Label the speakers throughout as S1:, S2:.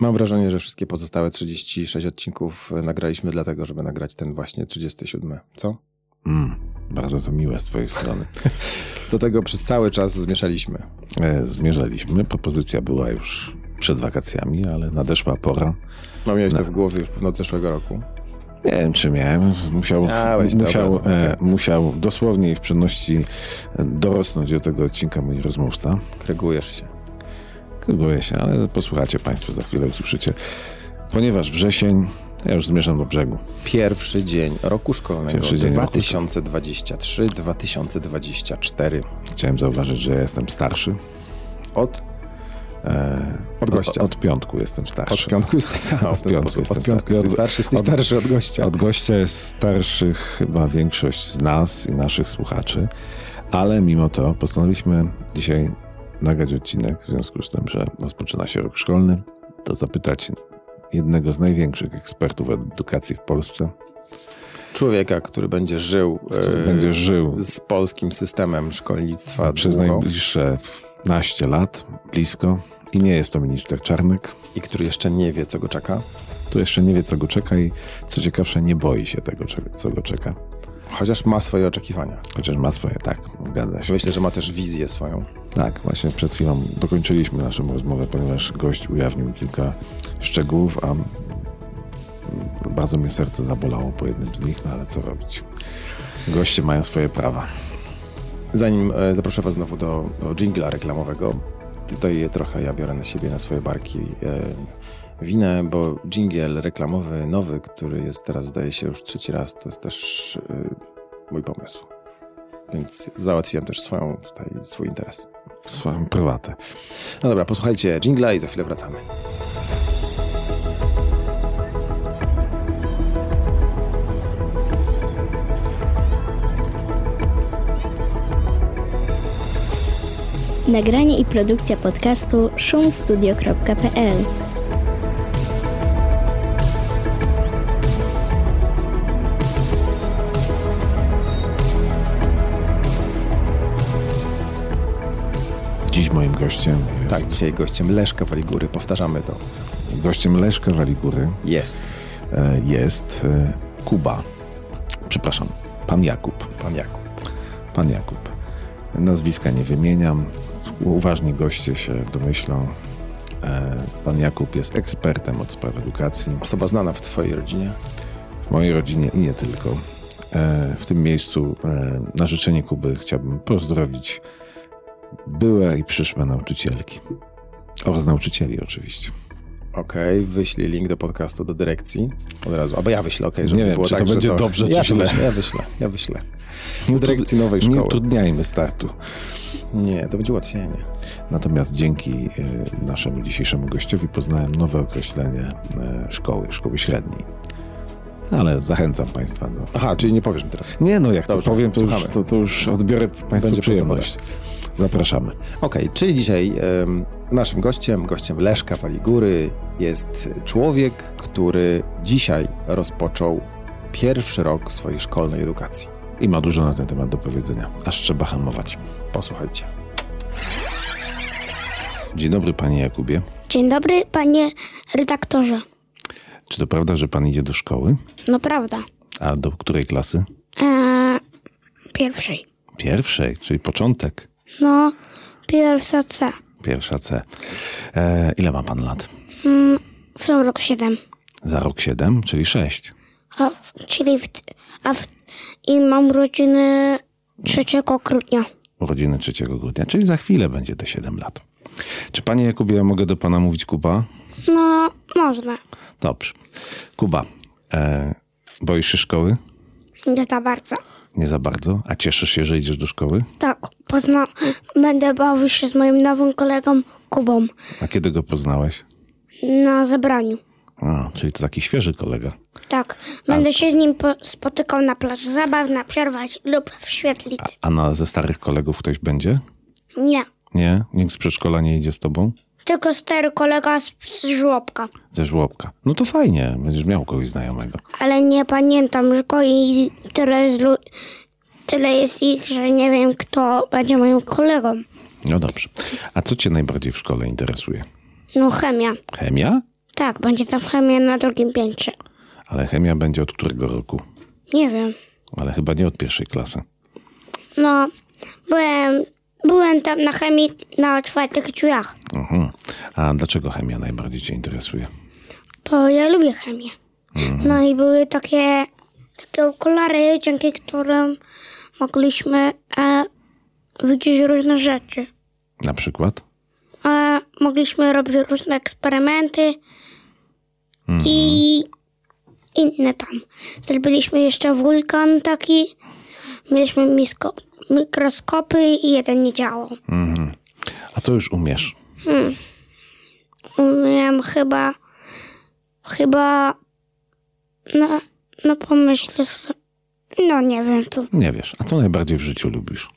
S1: Mam wrażenie, że wszystkie pozostałe 36 odcinków e, nagraliśmy dlatego, żeby nagrać ten właśnie 37. Co?
S2: Mm, bardzo to miłe z twojej strony.
S1: Do tego przez cały czas zmieszaliśmy.
S2: E, Zmierzaliśmy, propozycja była już przed wakacjami, ale nadeszła pora.
S1: No miałeś to w głowie już pewno od zeszłego roku.
S2: Nie wiem, czy miałem. Musiał,
S1: Miałeś, dobra,
S2: musiał,
S1: no,
S2: e,
S1: okej.
S2: musiał dosłownie i w przynności dorosnąć do tego odcinka mój rozmówca.
S1: Krygujesz się.
S2: Kryguję się, ale posłuchacie Państwo, za chwilę usłyszycie. Ponieważ wrzesień, ja już zmierzam do brzegu.
S1: Pierwszy dzień roku szkolnego
S2: Pierwszy dzień roku
S1: 2023-2024.
S2: Chciałem zauważyć, że ja jestem starszy.
S1: Od,
S2: E,
S1: Od gościa.
S2: Od, od piątku jestem starszy.
S1: od piątku jesteś starszy.
S2: Od piątku
S1: Od
S2: jestem
S1: piątku
S2: starszy.
S1: jesteś starszy, jesteś
S2: Od- od-
S1: starszy od gościa.
S2: Od gościa jest starszych chyba większość z nas i naszych słuchaczy, ale mimo to postanowiliśmy dzisiaj nagrać odcinek, w związku z tym, że rozpoczyna się rok szkolny, to zapytać jednego z największych ekspertów edukacji w Polsce,
S1: Człowieka, który będzie żył
S2: który
S1: e,
S2: będzie żył
S1: z polskim systemem szkolnictwa
S2: przez
S1: długo
S2: najbliższe naście lat, blisko, i nie jest to minister Czarnek.
S1: i który jeszcze nie wie, co go czeka.
S2: Tu jeszcze nie wie, co go czeka i co ciekawsze, nie boi się tego, cze- co go czeka.
S1: Chociaż ma swoje oczekiwania.
S2: Chociaż ma swoje, tak, zgadza się.
S1: Myślę, że ma też wizję swoją.
S2: Tak, właśnie przed chwilą dokończyliśmy naszą rozmowę, ponieważ gość ujawnił kilka szczegółów, a mm, bardzo mnie serce zabolało po jednym z nich, no ale co robić? Goście mają swoje prawa.
S1: Zanim e, zaproszę Was znowu do, do dżingla reklamowego, tutaj trochę ja biorę na siebie, na swoje barki e, winę, bo dżingiel reklamowy nowy, który jest teraz, zdaje się, już trzeci raz, to jest też e, mój pomysł. Więc załatwiłem też swoją, tutaj swój interes.
S2: Swoją prywatę.
S1: No dobra, posłuchajcie dżingla i za chwilę wracamy.
S3: Nagranie i produkcja podcastu szumstudio.pl
S2: Dziś moim gościem jest
S1: Tak, dzisiaj gościem Leszka Waligury, powtarzamy to.
S2: gościem Leszka Waligury
S1: Jest
S2: e, jest e, Kuba. Przepraszam, pan Jakub.
S1: pan Jakub.
S2: Pan Jakub. Nazwiska nie wymieniam. Uważni goście się domyślą. E, Pan Jakub jest ekspertem od spraw edukacji.
S1: Osoba znana w Twojej rodzinie.
S2: W mojej rodzinie i nie tylko. E, W tym miejscu e, na życzenie Kuby chciałbym pozdrowić byłe i przyszłe nauczycielki. Oraz nauczycieli oczywiście.
S1: Okej, wyślij link do podcastu do dyrekcji od razu. Albo ja wyślę, okej,
S2: Nie
S1: żeby
S2: wiem,
S1: było
S2: czy
S1: tak,
S2: to
S1: że
S2: będzie dobrze,
S1: ja
S2: czy źle.
S1: Wyślę, ja wyślę, ja wyślę.
S2: Nie
S1: dyrekcji
S2: utrud-
S1: nowej
S2: Nie
S1: szkoły.
S2: utrudniajmy startu.
S1: Nie, to będzie łatwiejnie.
S2: Natomiast dzięki e, naszemu dzisiejszemu gościowi poznałem nowe określenie e, szkoły, szkoły średniej. Ale zachęcam Państwa do.
S1: Aha, czyli nie powiesz mi teraz.
S2: Nie, no jak
S1: Dobrze,
S2: to powiem, to już,
S1: słuchamy.
S2: to, to już odbiorę Państwu
S1: Będzie
S2: przyjemność. Zapraszamy.
S1: Okej, czyli dzisiaj em, naszym gościem, gościem Leszka Waligury jest człowiek, który dzisiaj rozpoczął pierwszy rok swojej szkolnej edukacji.
S2: I ma dużo na ten temat do powiedzenia. Aż trzeba hamować.
S1: Posłuchajcie.
S2: Dzień dobry, Panie Jakubie.
S3: Dzień dobry, panie redaktorze.
S2: Czy to prawda, że Pan idzie do szkoły?
S3: No prawda.
S2: A do której klasy?
S3: Eee, pierwszej.
S2: Pierwszej, czyli początek.
S3: No, pierwsza C.
S2: Pierwsza C. E, ile ma Pan lat?
S3: W tym roku 7.
S2: Za rok 7, czyli 6.
S3: A, w- czyli w, a w, i mam urodziny 3 grudnia.
S2: urodziny 3 grudnia, czyli za chwilę będzie te 7 lat. Czy panie Jakubie, ja mogę do pana mówić Kuba?
S3: No, można.
S2: Dobrze. Kuba, e, boisz się szkoły?
S3: Nie za bardzo.
S2: Nie za bardzo. A cieszysz się, że idziesz do szkoły?
S3: Tak, pozna, będę bawił się z moim nowym kolegą Kubą
S2: A kiedy go poznałeś?
S3: na zebraniu.
S2: A, czyli to taki świeży kolega.
S3: Tak, będę się z nim po, spotykał na placu zabaw, na przerwać lub w świetlicy.
S2: A na, ze starych kolegów ktoś będzie?
S3: Nie,
S2: Nie? Nikt z przedszkola nie idzie z tobą?
S3: tylko stary kolega z, z żłobka.
S2: Ze żłobka. No to fajnie, będziesz miał kogoś znajomego.
S3: Ale nie pamiętam, że go i tyle jest, lu- tyle jest ich, że nie wiem, kto będzie moim kolegą.
S2: No dobrze. A co cię najbardziej w szkole interesuje?
S3: No chemia,
S2: Chemia?
S3: Tak, będzie tam chemia na drugim piętrze.
S2: Ale chemia będzie od którego roku?
S3: Nie wiem.
S2: Ale chyba nie od pierwszej klasy.
S3: No, byłem, byłem tam na chemii na otwartych drzwiach,
S2: Mhm. A dlaczego chemia najbardziej Cię interesuje?
S3: bo ja lubię chemię. No i były takie, takie okulary, dzięki którym mogliśmy e, widzieć różne rzeczy.
S2: Na przykład?
S3: E, mogliśmy robić różne eksperymenty i inne tam. Zrobiliśmy jeszcze wulkan taki, mieliśmy misko, mikroskopy i jeden nie działał.
S2: Mhm. A co już umiesz?
S3: Umiem chyba, chyba, no, no pomyślę sobie, no nie wiem, to
S2: Nie wiesz. A co najbardziej w życiu lubisz?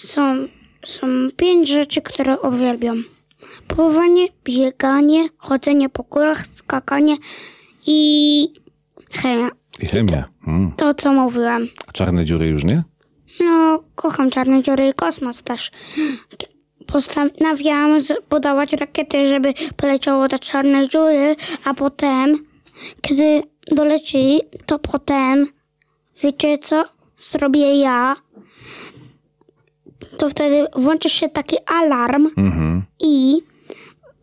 S3: są, są pięć rzeczy, które uwielbiam. Pływanie, bieganie, chodzenie po górach, skakanie i chemia.
S2: I chemia. Mm.
S3: To, co mówiłam.
S2: A czarne dziury już nie?
S3: No, kocham czarne dziury i kosmos też. Postanawiałam podawać rakiety, żeby poleciało do czarnej dziury, a potem, kiedy doleci, to potem, wiecie co zrobię ja? To wtedy włączy się taki alarm
S2: Mhm.
S3: i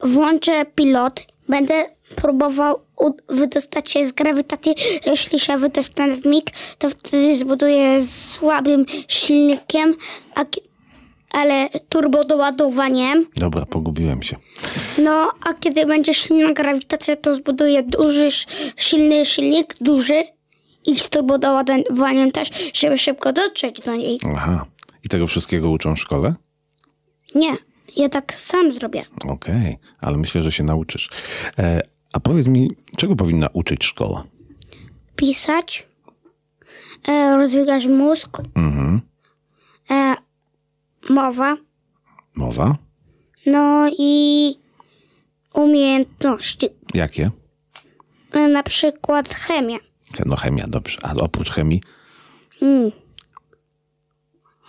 S3: włączę pilot. Będę próbował u- wydostać się z grawitacji. Jeśli się wydostanę w mig, to wtedy zbuduję słabym silnikiem, a, ki- ale turbodoładowaniem.
S2: Dobra, pogubiłem się.
S3: No, a kiedy będzie silna grawitacja, to zbuduję duży, sz- silny silnik, duży i z turbodoładowaniem też, żeby szybko dotrzeć do niej.
S2: Aha. I tego wszystkiego uczą w szkole?
S3: Nie, ja tak sam zrobię.
S2: Okej, ale myślę, że się nauczysz. E, a powiedz mi, czego powinna uczyć szkoła?
S3: pisać, e, rozwijasz mózg,
S2: Mhm.
S3: e, mowa,
S2: Mowa?
S3: no i umiejętności,
S2: Jakie?
S3: e, na przykład chemia.
S2: No chemia, dobrze. A oprócz chemii?
S3: Mm.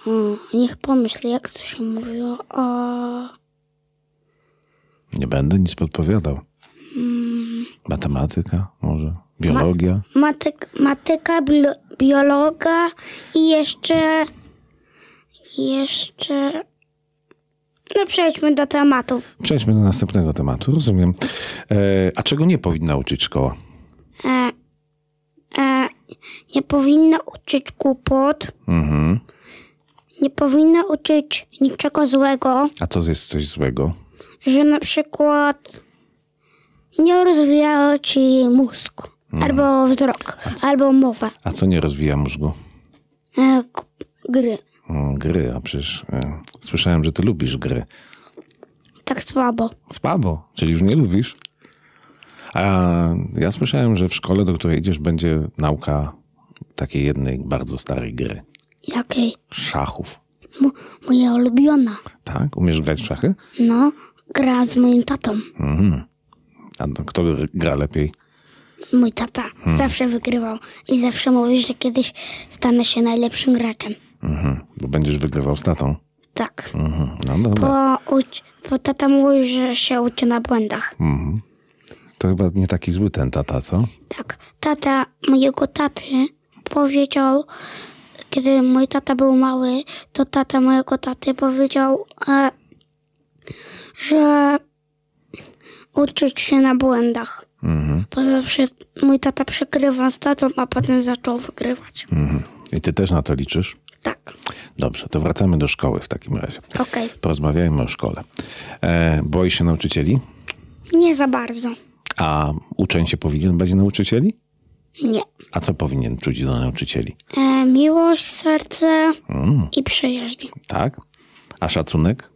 S3: O, niech pomyślę, jak to się mówiło o...
S2: Nie będę nic podpowiadał. Matematyka może? Biologia?
S3: Matyk, matyka, bio, biologa i jeszcze... Jeszcze... No przejdźmy do tematu.
S2: Przejdźmy do następnego tematu, rozumiem. E, a czego nie powinna uczyć szkoła?
S3: e, e, nie powinna uczyć głupot,
S2: Mhm.
S3: nie powinna uczyć niczego złego,
S2: A co jest coś złego?
S3: że na przykład nie rozwija ci mózg, albo wzrok, albo mowa,
S2: A co nie rozwija mózgu?
S3: e, k- gry.
S2: Mm, Gry, a przecież e, słyszałem, że ty lubisz gry.
S3: Tak słabo.
S2: Słabo, czyli już nie lubisz. A ja słyszałem, że w szkole, do której idziesz, będzie nauka takiej jednej bardzo starej gry.
S3: Jakiej?
S2: Szachów.
S3: Mo- moja ulubiona.
S2: Tak? Umiesz grać w szachy?
S3: No, gra z moim tatą.
S2: Mhm. A no, kto gr- gra lepiej?
S3: Mój tata zawsze wygrywał i zawsze mówił, że kiedyś stanę się najlepszym graczem.
S2: Mhm. Bo będziesz wygrywał z tatą.
S3: Tak.
S2: Mhm. No dobra.
S3: Bo, uć, bo tata mówił, że się uczy na błędach.
S2: Mhm. To chyba nie taki zły ten tata, co?
S3: Tak, tata mojego taty powiedział, kiedy mój tata był mały, to tata mojego taty powiedział, e, że uczyć się na błędach.
S2: Mhm.
S3: Bo zawsze mój tata przegrywał z tatą, a potem zaczął wygrywać.
S2: Mhm. I ty też na to liczysz?
S3: Tak,
S2: Dobrze, to wracamy do szkoły w takim razie.
S3: okej.
S2: Porozmawiajmy o szkole. E, boisz się nauczycieli?
S3: Nie za bardzo.
S2: A uczeń się powinien bać nauczycieli?
S3: Nie.
S2: A co powinien czuć do nauczycieli?
S3: E, miłość, serce
S2: Mm,
S3: i przyjaźń.
S2: tak? A szacunek?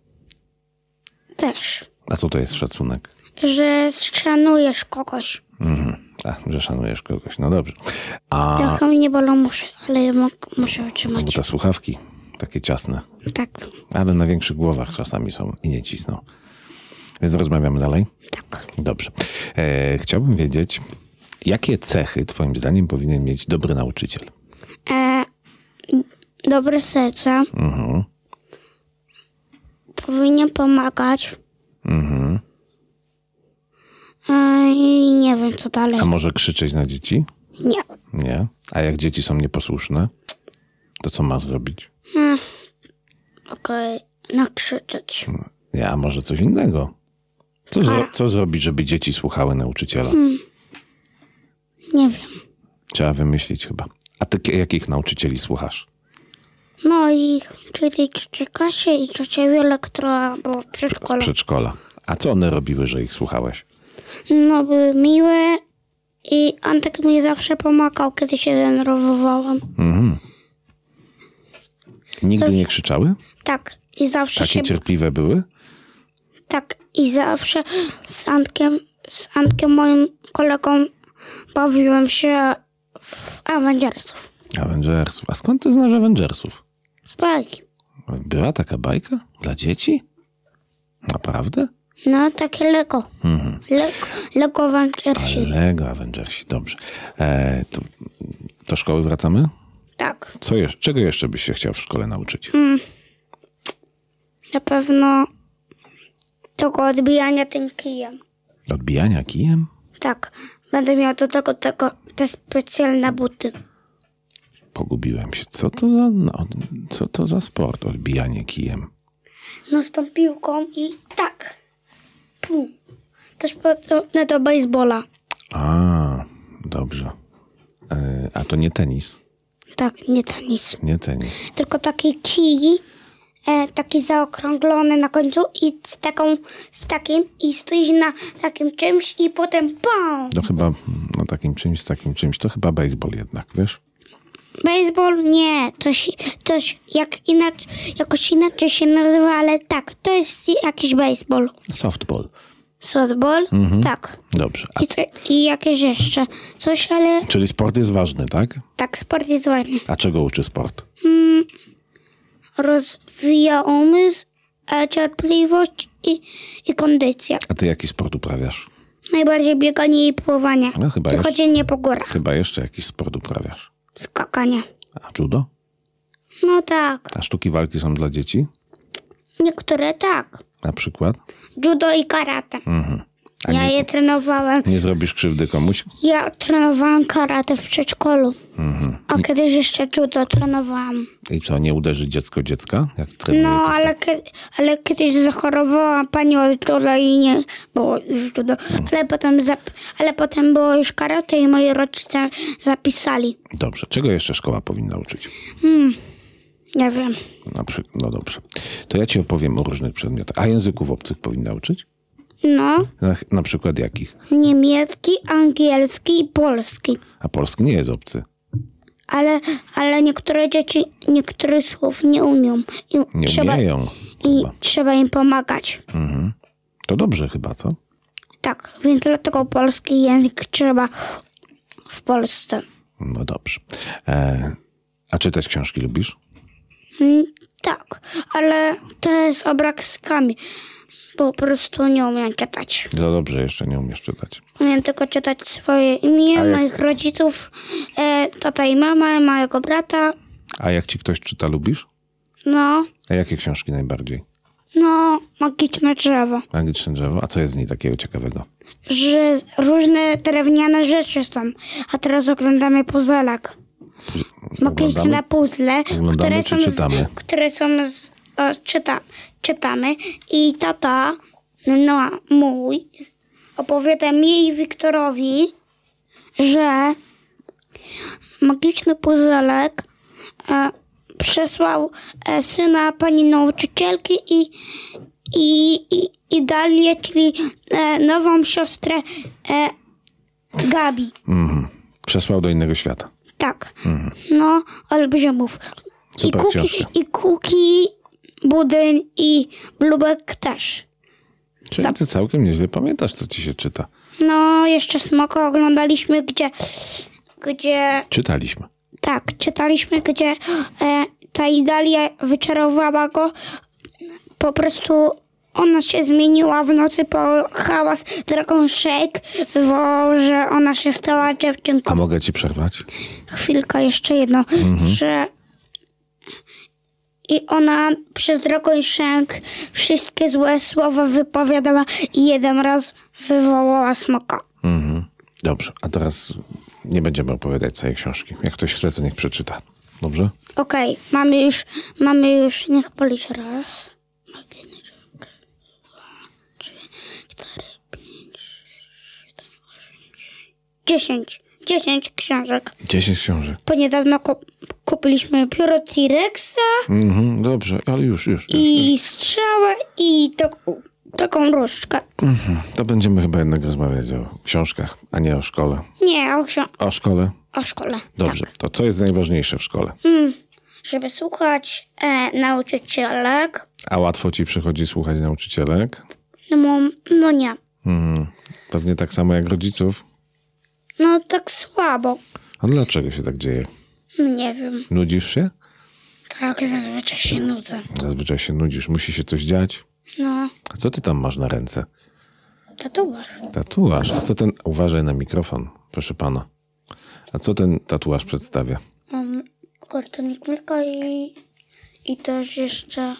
S3: Też.
S2: A co to jest szacunek?
S3: Że szanujesz kogoś.
S2: Mhm. A, że szanujesz kogoś. No dobrze. A
S3: Trochę mnie bolą muszę, ale ja mog- muszę
S2: bo
S3: utrzymać.
S2: te słuchawki takie ciasne,
S3: Tak,
S2: ale na większych głowach czasami są i nie cisną. Więc rozmawiamy dalej.
S3: tak.
S2: Dobrze. E, chciałbym wiedzieć, jakie cechy Twoim zdaniem powinien mieć dobry nauczyciel?
S3: E, dobre serce.
S2: Mhm.
S3: Powinien pomagać.
S2: Mhm.
S3: E, wiem, co dalej.
S2: A może krzyczeć na dzieci?
S3: Nie.
S2: Nie. A jak dzieci są nieposłuszne, to co ma zrobić?
S3: Okej, nakrzyczeć.
S2: Nie, a może coś innego? Co, zro-
S3: Tak.
S2: co zrobić, żeby dzieci słuchały nauczyciela?
S3: Hmm. Nie wiem.
S2: Trzeba wymyślić chyba. A ty ki- jakich nauczycieli słuchasz?
S3: Moich, czyli ciocie Kasie i ciocie Wiele, która była w
S2: Z
S3: przedszkolu.
S2: przedszkola. A co one robiły, że ich słuchałeś?
S3: No, były miłe i Antek mi zawsze pomagał, kiedy się denerwowałam.
S2: Mhm. Nigdy nie krzyczały?
S3: Tak, i zawsze
S2: Takie
S3: się...
S2: cierpliwe były?
S3: Tak, i zawsze z Antkiem, z Antkiem moim kolegą bawiłem się w Avengersów.
S2: Avengersów. A skąd ty znasz Avengersów?
S3: Z bajki.
S2: Była taka bajka? Dla dzieci? Naprawdę?
S3: No, takie Lego. Lego, Lego Avengersi.
S2: Lego Avengersi, dobrze. E, to, do szkoły wracamy?
S3: Tak,
S2: Co jeszcze, czego jeszcze byś się chciał w szkole nauczyć?
S3: na pewno tego odbijania tym kijem.
S2: Odbijania kijem?
S3: Tak, będę miał do tego, tego te specjalne buty.
S2: Pogubiłem się. Co to za, no, co to za sport, odbijanie kijem?
S3: No z tą piłką i tak. Pum. Też podobne do baseballa.
S2: A, dobrze. E, a to nie tenis.
S3: Tak, nie tenis.
S2: Nie tenis.
S3: Tylko taki kij, e, taki zaokrąglony na końcu i z taką, z takim i stoisz na takim czymś i potem pam.
S2: No chyba, no takim czymś, z takim czymś, to chyba baseball jednak, wiesz?
S3: Baseball nie, coś, coś jak inaczej, jakoś inaczej się nazywa, ale tak, to jest jakiś baseball.
S2: Softball.
S3: Softball? Tak.
S2: Dobrze. A,
S3: I, to, I jakieś jeszcze coś, ale
S2: czyli sport jest ważny, tak?
S3: tak, sport jest ważny.
S2: A czego uczy sport?
S3: rozwija umysł, e, cierpliwość i, i kondycję.
S2: A ty jaki sport uprawiasz?
S3: Najbardziej bieganie i pływanie.
S2: No, chyba
S3: I
S2: jest.
S3: chodzenie po górach.
S2: Chyba jeszcze jakiś sport uprawiasz.
S3: Skakanie.
S2: A judo?
S3: No tak.
S2: A sztuki walki są dla dzieci?
S3: Niektóre tak.
S2: Na przykład?
S3: Judo i karate. Ja je trenowałem.
S2: Nie zrobisz krzywdy komuś?
S3: Ja trenowałam karate w przedszkolu. A kiedyś jeszcze judo trenowałam.
S2: I co, nie uderzy dziecko dziecka? Jak trenuje
S3: No,
S2: coś
S3: ale, kie- ale kiedyś zachorowała pani od judo i nie było już judo. Ale potem, zap- ale potem było już karate i moi rodzice zapisali.
S2: tak- Dobrze, czego jeszcze szkoła powinna uczyć?
S3: Nie wiem.
S2: Na przy... No dobrze. To ja ci opowiem o różnych przedmiotach. A języków obcych powinna uczyć?
S3: No,
S2: Na, na przykład jakich?
S3: niemiecki, angielski i polski.
S2: A polski nie jest obcy.
S3: Ale, ale niektóre dzieci niektórych słów nie umią. I
S2: Nie
S3: trzeba,
S2: umieją.
S3: I trzeba im pomagać.
S2: To dobrze chyba, co?
S3: Tak, więc dlatego polski język trzeba w Polsce.
S2: No dobrze. E... A czytać książki lubisz?
S3: Mm, Tak, ale to jest obrazkami. Po prostu nie umiem czytać.
S2: No dobrze, jeszcze nie umiesz czytać.
S3: Umiem tylko czytać swoje imię,
S2: A jak-
S3: moich rodziców, e, tata i mama, mojego brata.
S2: A jak ci ktoś czyta, lubisz?
S3: No,
S2: A jakie książki najbardziej?
S3: no, magiczne drzewo.
S2: Magiczne drzewo? A co jest z niej takiego ciekawego?
S3: że różne drewniane rzeczy są. A teraz oglądamy puzelek. Magiczne
S2: Oglądamy?
S3: puzzle,
S2: Oglądamy
S3: które
S2: czy
S3: są, z,
S2: czytamy?
S3: które są z, o, czyta, czytamy i tata, no mój, z- opowiada mi i Wiktorowi, że magiczny puzelek e, przesłał e, syna pani nauczycielki i, i, i, i Dalię, czyli e, nową siostrę e, Gabi.
S2: Mhm. Przesłał do innego świata.
S3: Tak. No, olbrzymów. I
S2: Mhm. Super
S3: kuki,
S2: książka.
S3: I kuki, budyń i blubek też.
S2: Czyli ty całkiem nieźle pamiętasz, co ci się czyta.
S3: No, jeszcze smoka oglądaliśmy, gdzie, gdzie,
S2: Czytaliśmy.
S3: tak, czytaliśmy, gdzie e, ta Idalia wyczarowała go. Po prostu ona się zmieniła w nocy po hałas Dragon Shake, wywołał, że ona się stała dziewczynką.
S2: A mogę ci przerwać?
S3: chwilka, jeszcze jedno, że i ona przez Dragon Shank wszystkie złe słowa wypowiadała i jeden raz wywołała smoka.
S2: Mhm. Dobrze, a teraz nie będziemy opowiadać całej książki. Jak ktoś chce, to niech przeczyta. Dobrze?
S3: Okej, mamy już, mamy już, niech policzę raz. Dziesięć, dziesięć książek.
S2: 10 książek.
S3: Bo niedawno kup- kupiliśmy pióro T-Rexa
S2: Mhm, dobrze, ale już, już. już.
S3: i strzałę i taką- taką różdżkę.
S2: To będziemy chyba jednak rozmawiać o książkach, a nie o szkole.
S3: Nie, o, ksi-
S2: O szkole?
S3: o szkole.
S2: Dobrze. To co jest najważniejsze w szkole?
S3: Żeby słuchać e, nauczycielek,
S2: A łatwo ci przychodzi słuchać nauczycielek?
S3: no, mo- no nie,
S2: Mhm. Pewnie tak samo jak rodziców.
S3: no tak słabo.
S2: A dlaczego się tak dzieje?
S3: No Nie wiem,
S2: Nudzisz się?
S3: tak zazwyczaj się nudzę.
S2: Zazwyczaj się nudzisz. Musi się coś dziać.
S3: No,
S2: A co ty tam masz na ręce?
S3: tatuaż.
S2: Tatuaż. A co ten... Uważaj na mikrofon, proszę pana. A co ten tatuaż przedstawia?
S3: Mam kartonik mleka i, i też jeszcze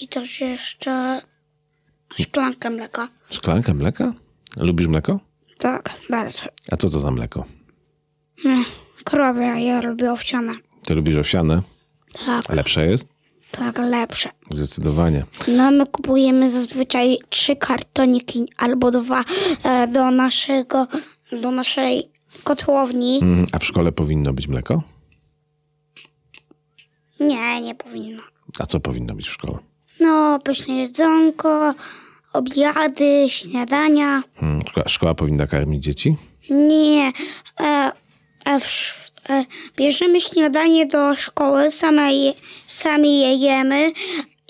S3: i też jeszcze szklankę mleka.
S2: Szklankę mleka? Lubisz mleko?
S3: Tak, bardzo.
S2: A co to za mleko?
S3: Mm, Krowie, ja lubię owsiane.
S2: Ty lubisz owsiane?
S3: Tak,
S2: Lepsze jest?
S3: tak, lepsze.
S2: Zdecydowanie.
S3: No, my kupujemy zazwyczaj trzy kartoniki albo dwa e, do naszego, do naszej kotłowni.
S2: Mm, A w szkole powinno być mleko?
S3: Nie, nie powinno.
S2: A co powinno być w szkole?
S3: No, pyszne jedzonko, obiady, śniadania.
S2: Mm, Szkoła, szkoła powinna karmić dzieci?
S3: Nie. E, e, w, sz- e, bierzemy śniadanie do szkoły, same je, sami je jemy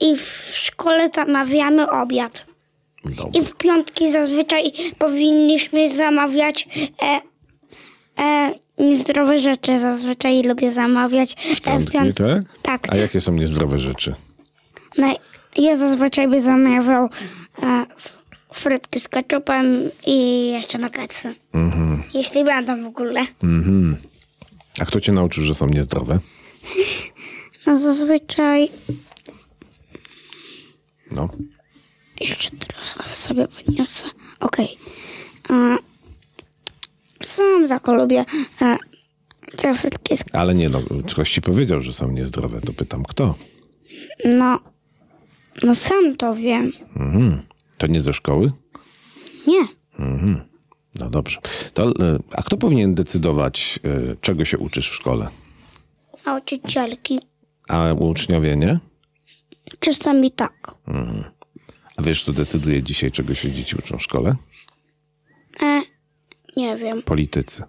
S3: i w szkole zamawiamy obiad.
S2: Dobrze.
S3: I w piątki zazwyczaj powinniśmy zamawiać e, e, niezdrowe rzeczy. Zazwyczaj lubię zamawiać e, w
S2: Piątki,
S3: piątki.
S2: tak?
S3: Tak.
S2: A jakie są niezdrowe rzeczy?
S3: No, ja zazwyczaj by zamawiał e, f- frytki z ketchupem i jeszcze nuggetsy.
S2: Mhm.
S3: Jeśli będą w ogóle.
S2: Mhm. A kto cię nauczył, że są niezdrowe?
S3: No zazwyczaj
S2: No.
S3: jeszcze trochę sobie podniosę. Okej. E, Sam tak lubię e, te frytki z...
S2: Ale nie, no, ktoś ci powiedział, że są niezdrowe, to pytam kto?
S3: No, no sam to wiem.
S2: Mhm. To nie ze szkoły?
S3: Nie.
S2: Mhm. No dobrze. To, e, a kto powinien decydować, e, czego się uczysz w szkole?
S3: Nauczycielki.
S2: A uczniowie nie?
S3: Czasami tak.
S2: A wiesz, kto decyduje dzisiaj, czego się dzieci uczą w szkole?
S3: E, nie wiem.
S2: Politycy.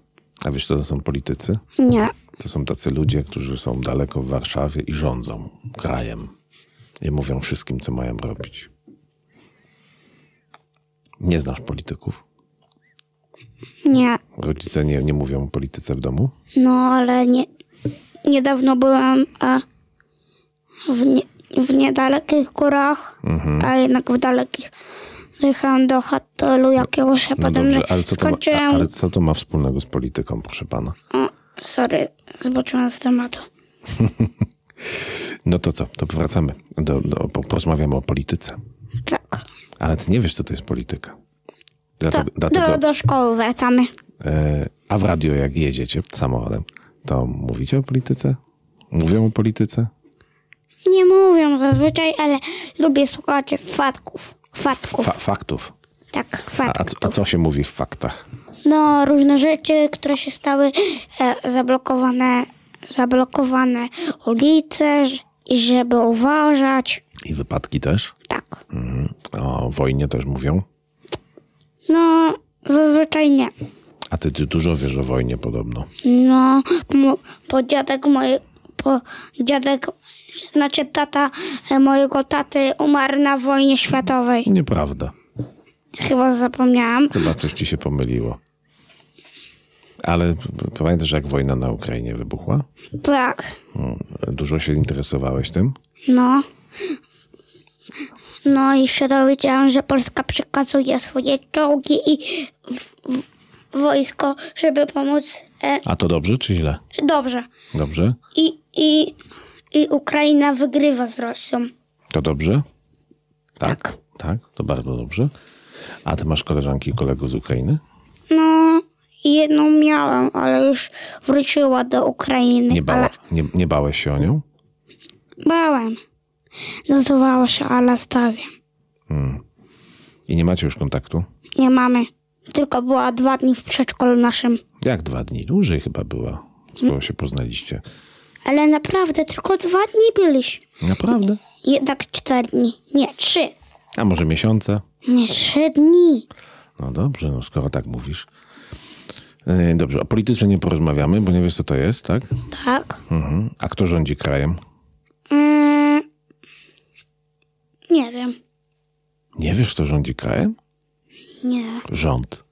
S2: A wiesz, kto to są politycy?
S3: Nie.
S2: To są tacy ludzie, którzy są daleko w Warszawie i rządzą krajem. I mówią wszystkim, co mają robić. Nie znasz polityków?
S3: Nie.
S2: Rodzice nie, nie mówią o polityce w domu?
S3: No, ale nie. Niedawno byłam e, w, nie, w niedalekich górach,
S2: Mhm.
S3: a jednak w dalekich. Jechałam do hotelu jakiegoś, a
S2: No
S3: potem
S2: dobrze, ale co, to ma, a-
S3: skończyłam...
S2: ale co to ma wspólnego z polityką, proszę pana?
S3: O, sorry, zboczyłam z tematu.
S2: No to co? To wracamy. Do, do, po, porozmawiamy o polityce.
S3: Tak.
S2: Ale ty nie wiesz, co to jest polityka. Dlatego,
S3: Do, do, do szkoły wracamy.
S2: E, A w radio, jak jedziecie samochodem, to mówicie o polityce? Mówią o polityce?
S3: Nie mówią zazwyczaj, ale lubię słuchać fatków. Fatków.
S2: Fa- faktów.
S3: tak,
S2: A, a,
S3: fatków.
S2: co- a co się mówi w faktach?
S3: No, różne rzeczy, które się stały e, zablokowane, zablokowane ulice, ż- i żeby uważać.
S2: I wypadki też?
S3: Tak.
S2: Mhm. O wojnie też mówią?
S3: No, zazwyczaj nie.
S2: A ty, ty dużo wiesz o wojnie podobno.
S3: No, mo, bo dziadek moj, bo dziadek, znaczy tata e, mojego taty umarł na wojnie światowej.
S2: Nieprawda.
S3: Chyba zapomniałam.
S2: Chyba coś ci się pomyliło. Ale p- p- pamiętasz, jak wojna na Ukrainie wybuchła?
S3: Tak.
S2: Mm, Dużo się interesowałeś tym?
S3: No. No i się dowiedziałam, że Polska przekazuje swoje czołgi i w, w, wojsko, żeby pomóc. E,
S2: A to dobrze czy źle?
S3: dobrze.
S2: Dobrze?
S3: I, i, I Ukraina wygrywa z Rosją.
S2: To dobrze?
S3: Tak.
S2: Tak, to bardzo dobrze. A ty masz koleżanki i kolegów z Ukrainy?
S3: No, jedną miałam, ale już wróciła do Ukrainy.
S2: Nie,
S3: ale
S2: bała, nie, nie bałeś się o nią?
S3: bałem. Nazywała się Anastazja.
S2: Mm. I nie macie już kontaktu?
S3: Nie mamy. Tylko była dwa dni w przedszkolu naszym.
S2: Jak dwa dni? Dłużej chyba była, skoro się poznaliście.
S3: Ale naprawdę, tylko dwa dni byliśmy.
S2: Naprawdę?
S3: Jednak cztery dni. Nie, trzy.
S2: A może miesiące?
S3: Nie, trzy dni.
S2: No dobrze, no skoro tak mówisz. Yy, Dobrze, o polityce nie porozmawiamy, bo nie wiesz co to jest, tak?
S3: Tak.
S2: Mhm. A kto rządzi krajem?
S3: Mm, nie wiem.
S2: Nie wiesz kto rządzi krajem?
S3: Nie.
S2: Rząd.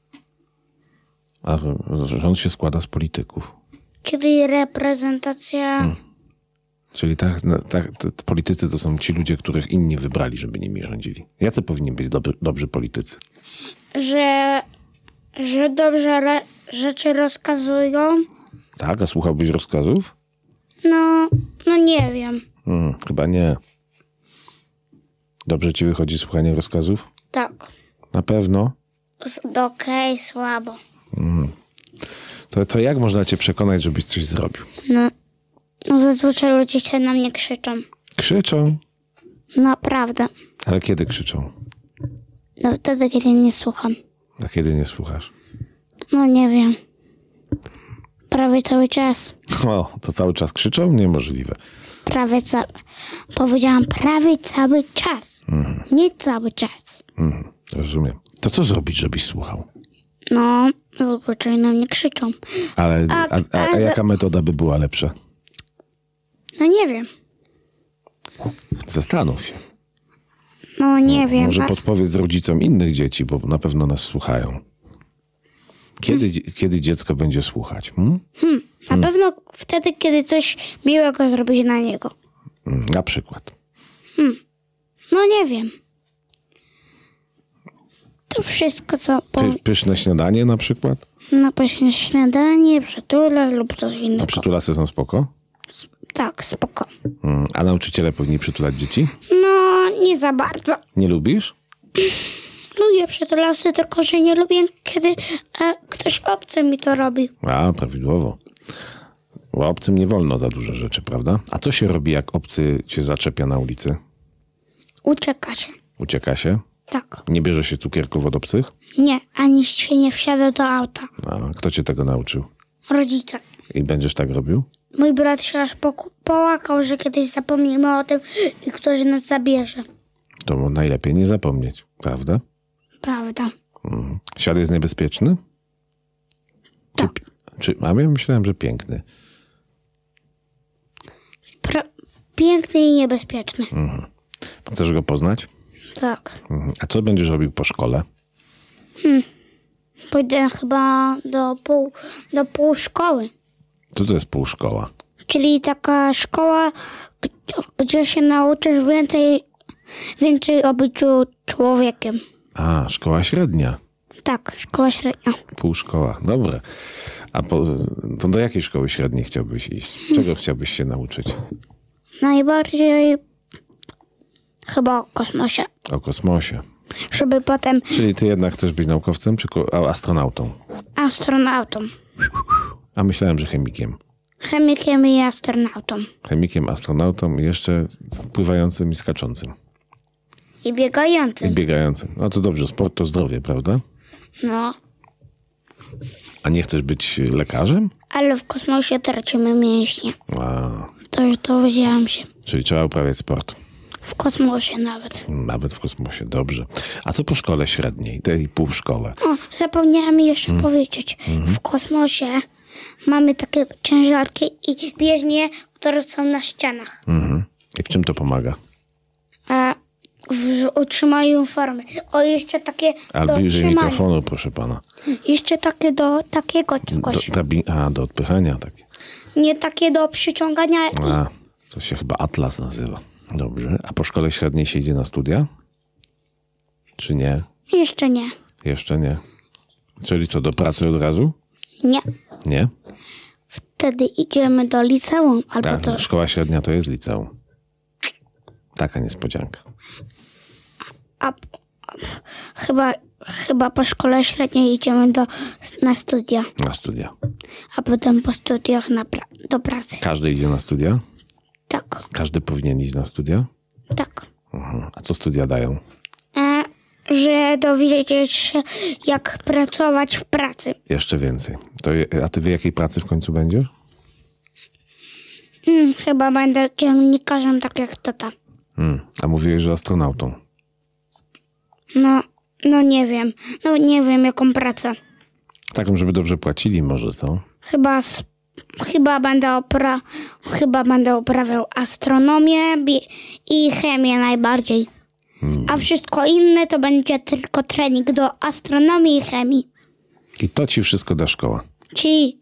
S2: A r- rząd się składa z polityków.
S3: Czyli reprezentacja.
S2: Czyli tak, na- tak, t- t- politycy to są ci ludzie, których inni wybrali, żeby nimi rządzili. Jacy powinni być dobry, dobrzy politycy?
S3: Że. Że dobrze re- rzeczy rozkazują.
S2: Tak, a słuchałbyś rozkazów?
S3: No. No nie wiem.
S2: Hmm, chyba nie. Dobrze ci wychodzi słuchanie rozkazów?
S3: Tak.
S2: Na pewno.
S3: Z- do- Okej, słabo.
S2: To, to jak można cię przekonać, żebyś coś zrobił?
S3: No. No zazwyczaj ludzie się na mnie krzyczą.
S2: Krzyczą.
S3: Naprawdę.
S2: Ale kiedy krzyczą?
S3: No wtedy, kiedy nie słucham.
S2: A kiedy nie słuchasz?
S3: No nie wiem. Prawie cały czas.
S2: O, to cały czas krzyczą? Niemożliwe.
S3: Prawie cały. Powiedziałam prawie cały czas. Nie cały czas.
S2: Mhm, rozumiem. To co zrobić, żebyś słuchał?
S3: No, zazwyczaj na mnie krzyczą.
S2: Ale a,
S3: A-
S2: a, a,
S3: a-
S2: jaka metoda by była lepsza?
S3: No nie wiem.
S2: Zastanów się.
S3: No nie wiem.
S2: Może
S3: a-
S2: podpowiedz rodzicom innych dzieci, bo na pewno nas słuchają. Kiedy,
S3: Hmm.
S2: dzie- kiedy dziecko będzie słuchać? Hmm?
S3: Na pewno wtedy, kiedy coś miłego zrobić na niego.
S2: Mm, Na przykład.
S3: No nie wiem. To wszystko, co po...
S2: Py, pyszne śniadanie na przykład?
S3: na właśnie śniadanie, przytula lub coś
S2: A
S3: innego.
S2: przytulasy są spoko?
S3: Tak, spoko.
S2: Mm, A nauczyciele powinni przytulać dzieci?
S3: No, nie za bardzo.
S2: Nie lubisz?
S3: Lubię przytulasy, tylko że nie lubię, kiedy e, ktoś obcy mi to robi.
S2: A, prawidłowo. Bo obcym nie wolno za dużo rzeczy, prawda? A co się robi, jak obcy cię zaczepia na ulicy?
S3: Ucieka się.
S2: Ucieka się?
S3: Tak.
S2: Nie bierze się cukierków od obcych?
S3: Nie, ani się nie wsiada do auta.
S2: A kto cię tego nauczył?
S3: Rodzice.
S2: I będziesz tak robił?
S3: Mój brat się aż poku- połakał, że kiedyś zapomnimy o tym i ktoś nas zabierze.
S2: To mu najlepiej nie zapomnieć, prawda?
S3: Prawda.
S2: Mhm. Świat jest niebezpieczny?
S3: Tak.
S2: Czy, a ja myślałem, że piękny.
S3: Pra- piękny i niebezpieczny.
S2: Chcesz go poznać?
S3: Tak.
S2: Mhm. A co będziesz robił po szkole?
S3: Pójdę chyba do pół, do pół szkoły.
S2: To to jest półszkoła.
S3: Czyli taka szkoła, g- gdzie się nauczysz więcej, więcej o byciu człowiekiem.
S2: A, szkoła średnia.
S3: Tak, szkoła średnia.
S2: Półszkoła, dobra. A po, to do jakiej szkoły średniej chciałbyś iść? Czego chciałbyś się nauczyć?
S3: Najbardziej chyba o kosmosie.
S2: O kosmosie.
S3: Żeby potem
S2: Czyli ty jednak chcesz być naukowcem czy ko- a- astronautą?
S3: astronautą.
S2: A myślałem, że chemikiem.
S3: Chemikiem i astronautą.
S2: Chemikiem, astronautą i jeszcze pływającym i skaczącym.
S3: I
S2: I
S3: biegającym.
S2: biegającym. No to dobrze, sport to zdrowie, prawda?
S3: No,
S2: A nie chcesz być lekarzem?
S3: ale w kosmosie tracimy mięśnie.
S2: A,
S3: To już dowiedziałam się.
S2: czyli trzeba uprawiać sport.
S3: W kosmosie nawet.
S2: Nawet w kosmosie, dobrze. A co po szkole średniej, tej półszkole?
S3: O, zapomniałam jeszcze
S2: Mm.
S3: powiedzieć.
S2: Mm-hmm.
S3: W kosmosie mamy takie ciężarki i bieżnie, które są na ścianach.
S2: Mhm. I w czym to pomaga?
S3: A w utrzymają formę. O, jeszcze takie
S2: Ale
S3: do
S2: bliżej
S3: trzymania.
S2: mikrofonu, proszę pana.
S3: Jeszcze takie do takiego
S2: Do,
S3: czegoś.
S2: ta, bi- a, do odpychania takie.
S3: Nie takie do przyciągania. I
S2: A, to się chyba atlas nazywa. Dobrze. A po szkole średniej się idzie na studia? Czy nie?
S3: jeszcze nie.
S2: Jeszcze nie. Czyli co, do pracy od razu?
S3: Nie.
S2: Nie?
S3: Wtedy idziemy do liceum albo
S2: A,
S3: do...
S2: Szkoła średnia to jest liceum. Taka niespodzianka.
S3: A, a, chyba chyba po szkole średniej idziemy do, na studia,
S2: na studia.
S3: a potem po studiach na pra- do pracy.
S2: Każdy idzie na studia?
S3: Tak,
S2: Każdy powinien iść na studia?
S3: tak.
S2: Mhm. A co studia dają?
S3: E, że dowiedzieć się, jak pracować w pracy.
S2: Jeszcze więcej. To, je- a ty w jakiej pracy w końcu będziesz?
S3: Mm, chyba będę dziennikarzem, tak jak tata.
S2: Mm. A mówiłeś, że astronautą.
S3: No, no nie wiem. No nie wiem, jaką pracę.
S2: Taką, żeby dobrze płacili może, co?
S3: Chyba, s- chyba, będę, opra- chyba będę uprawiał astronomię bi- i chemię najbardziej. A wszystko inne to będzie tylko trening do astronomii i chemii.
S2: I to ci wszystko da szkoła.
S3: Czyli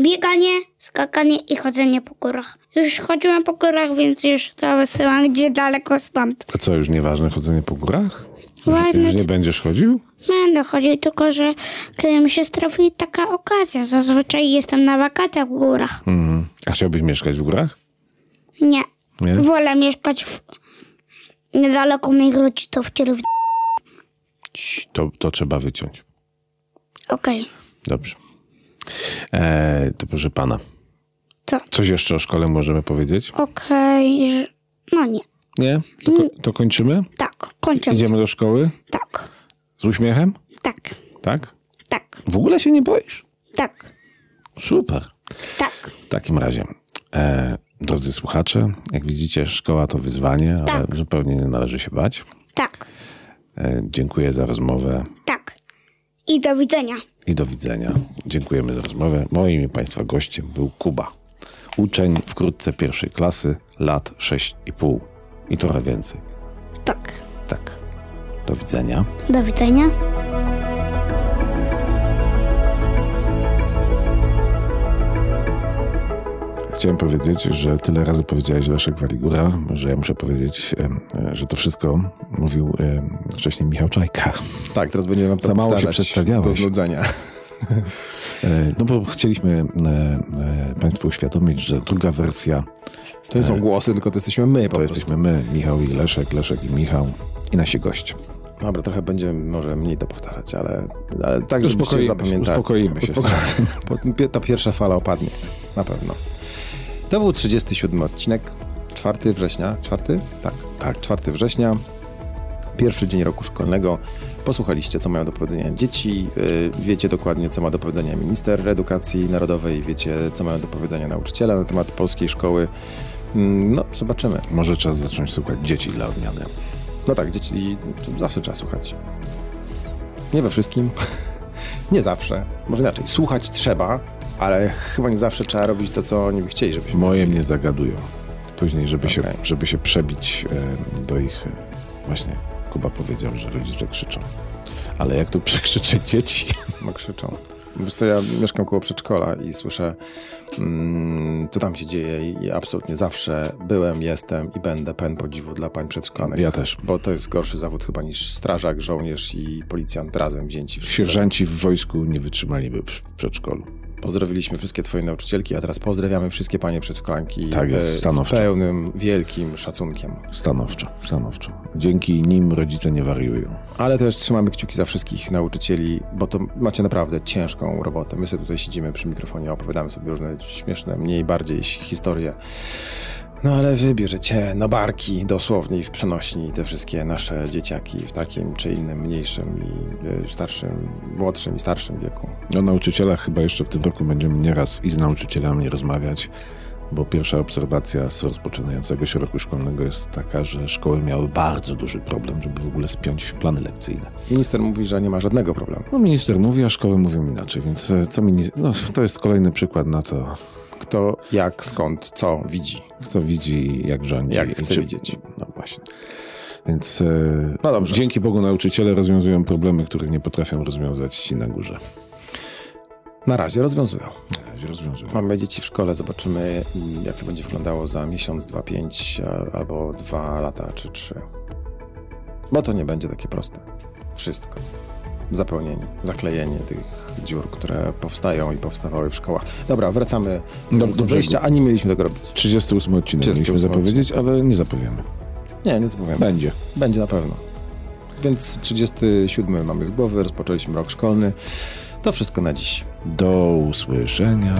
S3: bieganie, skakanie i chodzenie po górach. Już chodziłem po górach, więc już to wysyłam gdzie daleko stąd.
S2: A co, już nieważne chodzenie po górach?
S3: Ładne.
S2: Już nie będziesz chodził?
S3: Będę chodził, tylko że kiedy mi się trafi taka okazja. Zazwyczaj jestem na wakacjach w górach.
S2: Mhm. A chciałbyś mieszkać w górach?
S3: Nie.
S2: Nie?
S3: Wolę mieszkać w... niedaleko moich rodziców, czyli w...
S2: Cii, To, to trzeba wyciąć.
S3: Okej,
S2: Dobrze. E, to proszę pana.
S3: Co?
S2: Coś jeszcze o szkole możemy powiedzieć?
S3: okej, że- no nie.
S2: Nie? To, ko- to kończymy?
S3: Tak, kończymy.
S2: Idziemy do szkoły?
S3: Tak,
S2: Z uśmiechem?
S3: tak,
S2: Tak?
S3: tak,
S2: W ogóle się nie boisz?
S3: tak,
S2: Super.
S3: tak.
S2: W takim razie, e, drodzy słuchacze, jak widzicie, szkoła to wyzwanie, ale
S3: Tak.
S2: zupełnie nie należy się bać.
S3: Tak,
S2: E, dziękuję za rozmowę
S3: tak. I do widzenia.
S2: i do widzenia. Dziękujemy za rozmowę. Moim i Państwa gościem był Kuba. Uczeń wkrótce pierwszej klasy, lat 6,5 i trochę więcej.
S3: Tak.
S2: Tak. Do widzenia.
S3: Do widzenia.
S2: Chciałem powiedzieć, że tyle razy powiedziałeś Leszek Waligura, że ja muszę powiedzieć, em, e, że to wszystko mówił em, wcześniej Michał Czajka.
S1: Tak, teraz będziemy wam to
S2: Za mało się
S1: powtarzać
S2: przedstawiałeś.
S1: Do znudzenia.
S2: E, No bo chcieliśmy e, e, Państwu uświadomić, że druga wersja
S1: To nie są głosy, tylko E, to jesteśmy my po
S2: to
S1: prostu.
S2: jesteśmy my, Michał i Leszek, Leszek i Michał i nasi goście.
S1: Dobra, trochę będzie może mniej to powtarzać, ale, ale tak, żebyście
S2: Uspokoimy się,
S1: zapamiętali.
S2: uspokoimy się z
S1: Uspoko-
S2: czasem.
S1: Bo pi- Ta pierwsza fala opadnie, na pewno. To był 37 odcinek, 4 września, 4? Tak, tak, 4 września, pierwszy dzień roku szkolnego. Posłuchaliście, co mają do powiedzenia dzieci, yy, wiecie dokładnie, co ma do powiedzenia minister edukacji narodowej, wiecie, co mają do powiedzenia nauczyciele na temat polskiej szkoły. Mm, No, zobaczymy.
S2: Może czas zacząć słuchać dzieci dla odmiany.
S1: No tak, dzieci zawsze trzeba słuchać. Nie we wszystkim. nie zawsze. Może inaczej. Słuchać trzeba, ale chyba nie zawsze trzeba robić to, co oni by chcieli, żebyśmy.
S2: Moje mnie zagadują. Później, żeby, się,
S1: Okej.
S2: żeby się przebić e, do ich... e, Właśnie Kuba powiedział, że rodzice krzyczą. Ale jak tu przekrzyczeć dzieci?
S1: No, krzyczą. Wiesz co, ja mieszkam koło przedszkola i słyszę, mm, co tam się dzieje i absolutnie zawsze byłem, jestem i będę pen podziwu dla pań przedszkolanek.
S2: Ja też.
S1: Bo to jest gorszy zawód chyba niż strażak, żołnierz i policjant razem wzięci. wszyscy
S2: Sierżanci w wojsku nie wytrzymaliby przy- w przedszkolu.
S1: Pozdrowiliśmy wszystkie twoje nauczycielki, a teraz pozdrawiamy wszystkie panie przedszkolanki
S2: Tak jest,
S1: e, z
S2: stanowczo.
S1: pełnym, wielkim szacunkiem.
S2: Stanowczo, stanowczo. Dzięki nim rodzice nie wariują.
S1: Ale też trzymamy kciuki za wszystkich nauczycieli, bo to macie naprawdę ciężką robotę. My sobie tutaj siedzimy przy mikrofonie, opowiadamy sobie różne śmieszne, mniej, bardziej historie. No ale wy bierzecie na barki dosłownie i w przenośni te wszystkie nasze dzieciaki w takim czy innym mniejszym i e, starszym, młodszym i starszym wieku.
S2: O nauczycielach chyba jeszcze w tym roku będziemy nieraz i z nauczycielami rozmawiać, bo pierwsza obserwacja z rozpoczynającego się roku szkolnego jest taka, że szkoły miały bardzo duży problem, żeby w ogóle spiąć plany lekcyjne.
S1: Minister mówi, że nie ma żadnego problemu.
S2: No minister mówi, a szkoły mówią inaczej, więc e, co mini... no, to jest kolejny przykład na to,
S1: Kto, jak, skąd, co widzi.
S2: co widzi i jak rządzi.
S1: Jak
S2: i
S1: chce widzieć.
S2: No właśnie. Więc e,
S1: No dobrze.
S2: dzięki Bogu nauczyciele rozwiązują problemy, których nie potrafią rozwiązać ci na górze.
S1: Na razie rozwiązują.
S2: Na razie Rozwiązują.
S1: Mamy dzieci w szkole, zobaczymy mm, jak to będzie wyglądało za miesiąc, dwa, pięć a- albo dwa lata czy trzy. Bo to nie będzie takie proste. Wszystko. Zapełnienie, zaklejenie tych dziur, które powstają i powstawały w szkołach. Dobra, wracamy do,
S2: Do-
S1: do
S2: do
S1: wyjścia, a nie mieliśmy tego robić.
S2: 38 odcinek
S1: 38
S2: mieliśmy zapowiedzieć, ale nie zapowiemy. Tak.
S1: Nie, nie zapomniałem.
S2: Będzie.
S1: Będzie na pewno. Więc 37 mamy z głowy, rozpoczęliśmy rok szkolny. To wszystko na dziś.
S2: Do usłyszenia.